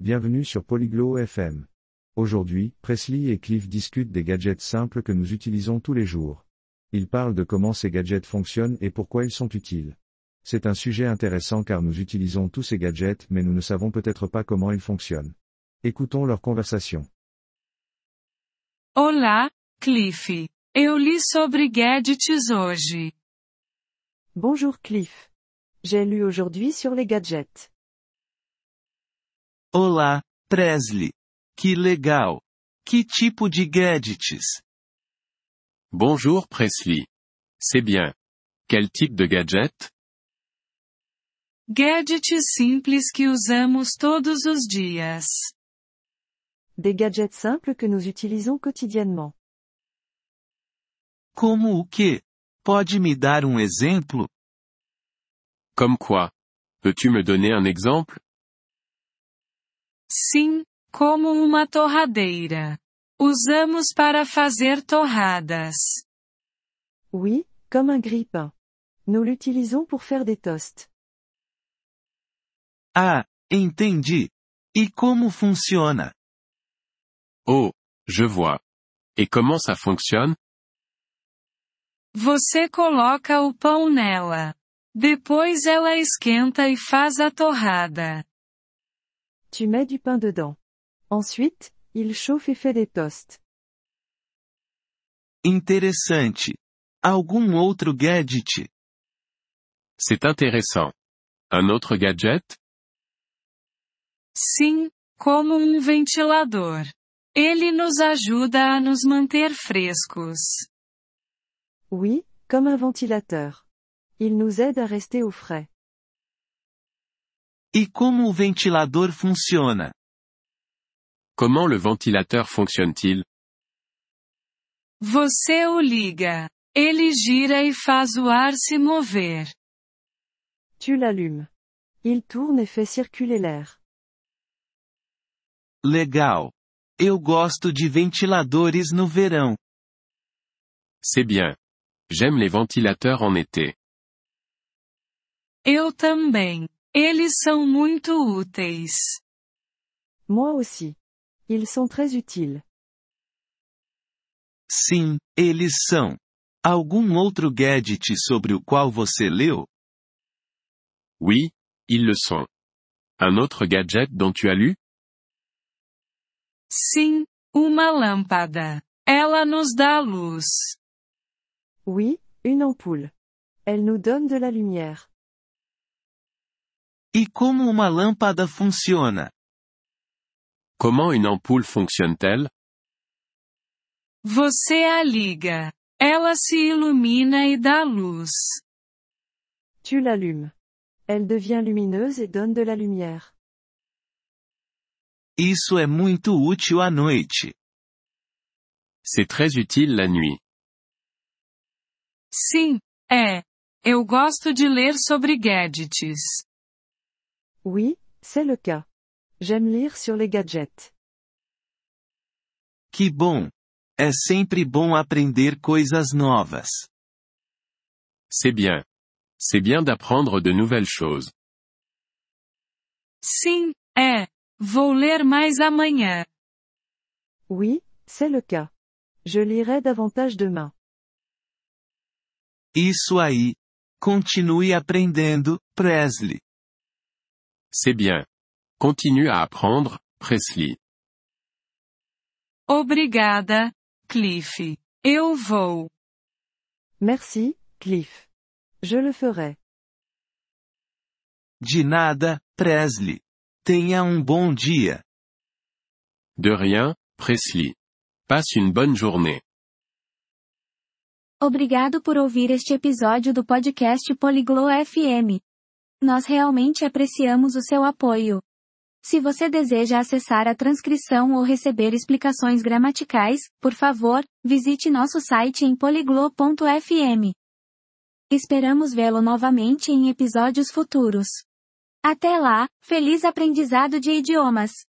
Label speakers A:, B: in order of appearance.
A: Bienvenue sur Polyglot FM. Aujourd'hui, Presley et Cliff discutent des gadgets simples que nous utilisons tous les jours. Ils parlent de comment ces gadgets fonctionnent et pourquoi ils sont utiles. C'est un sujet intéressant car nous utilisons tous ces gadgets mais nous ne savons peut-être pas comment ils fonctionnent. Écoutons leur conversation.
B: Olá, Cliff. Eu li sobre gadgets hoje.
C: Bonjour Cliff. J'ai lu aujourd'hui sur les gadgets.
D: Olá, Presley. Que legal. Que tipo de gadgets?
E: Bonjour Presley. C'est bien. Quel type de gadget?
B: Gadgets simples que usamos todos os dias.
C: Des gadgets simples que nous utilisons quotidiennement.
D: Como o que? Pode me dar um exemplo?
E: Comme quoi? Peux-tu me donner un exemple?
B: Sim, como uma torradeira. Usamos para fazer torradas.
C: Oui, comme un grille-pain. Nous l'utilisons pour faire des toasts.
D: Ah, entendi. E como funciona?
E: Oh, je vois. Et comment ça fonctionne?
B: Você coloca o pão nela. Depois ela esquenta e faz a torrada.
C: Tu mets du pain dedans. Ensuite, il chauffe et fait des toasts.
D: Interessante. Algum outro gadget?
E: C'est intéressant. Un autre gadget?
B: Sim, como um ventilador. Ele nos ajuda a nos manter frescos.
C: Oui, comme un ventilateur. Il nous aide à rester au frais.
D: E como o ventilador funciona?
E: Comment le ventilateur fonctionne-t-il?
B: Você o liga. Ele gira e faz o ar se mover.
C: Tu l'allumes. Il tourne et fait circuler l'air.
D: Legal. Eu gosto de ventiladores no verão.
E: C'est bien. J'aime les ventilateurs en été.
B: Eu também. Eles são muito úteis.
C: Moi aussi. Ils sont très utiles.
D: Sim, eles são. Algum outro gadget sobre o qual você leu?
E: Oui, ils le sont. Un autre gadget dont tu as lu?
B: Sim, uma lâmpada. Ela nos dá luz.
C: Oui, une ampoule. Elle nous donne de la lumière.
D: E como uma lâmpada funciona?
E: Comment une ampoule fonctionne-t-elle?
B: Você a liga. Ela se ilumina e dá luz.
C: Tu l'allumes. Elle devient lumineuse et donne de la lumière.
D: Isso é muito útil à noite.
E: C'est très utile la nuit.
B: Sim, é. Eu gosto de ler sobre gadgets.
C: Oui, c'est le cas. J'aime lire sur les gadgets.
D: Que bom! É sempre bom aprender coisas novas.
E: C'est bien. C'est bien d'apprendre de nouvelles choses.
B: Sim, é. Vou ler mais amanhã.
C: Oui, c'est le cas. Je lirai davantage demain.
D: Isso aí. Continue aprendendo, Presley.
E: C'est bien. Continue à apprendre, Presley.
B: Obrigada, Cliff. Eu vou.
C: Merci, Cliff. Je le ferai.
D: De nada, Presley. Tenha um bom dia.
E: De rien, Presley. Passe une bonne journée.
F: Obrigado por ouvir este episódio do podcast Poliglo FM. Nós realmente apreciamos o seu apoio. Se você deseja acessar a transcrição ou receber explicações gramaticais, por favor, visite nosso site em poliglo.fm. Esperamos vê-lo novamente em episódios futuros. Até lá, feliz aprendizado de idiomas!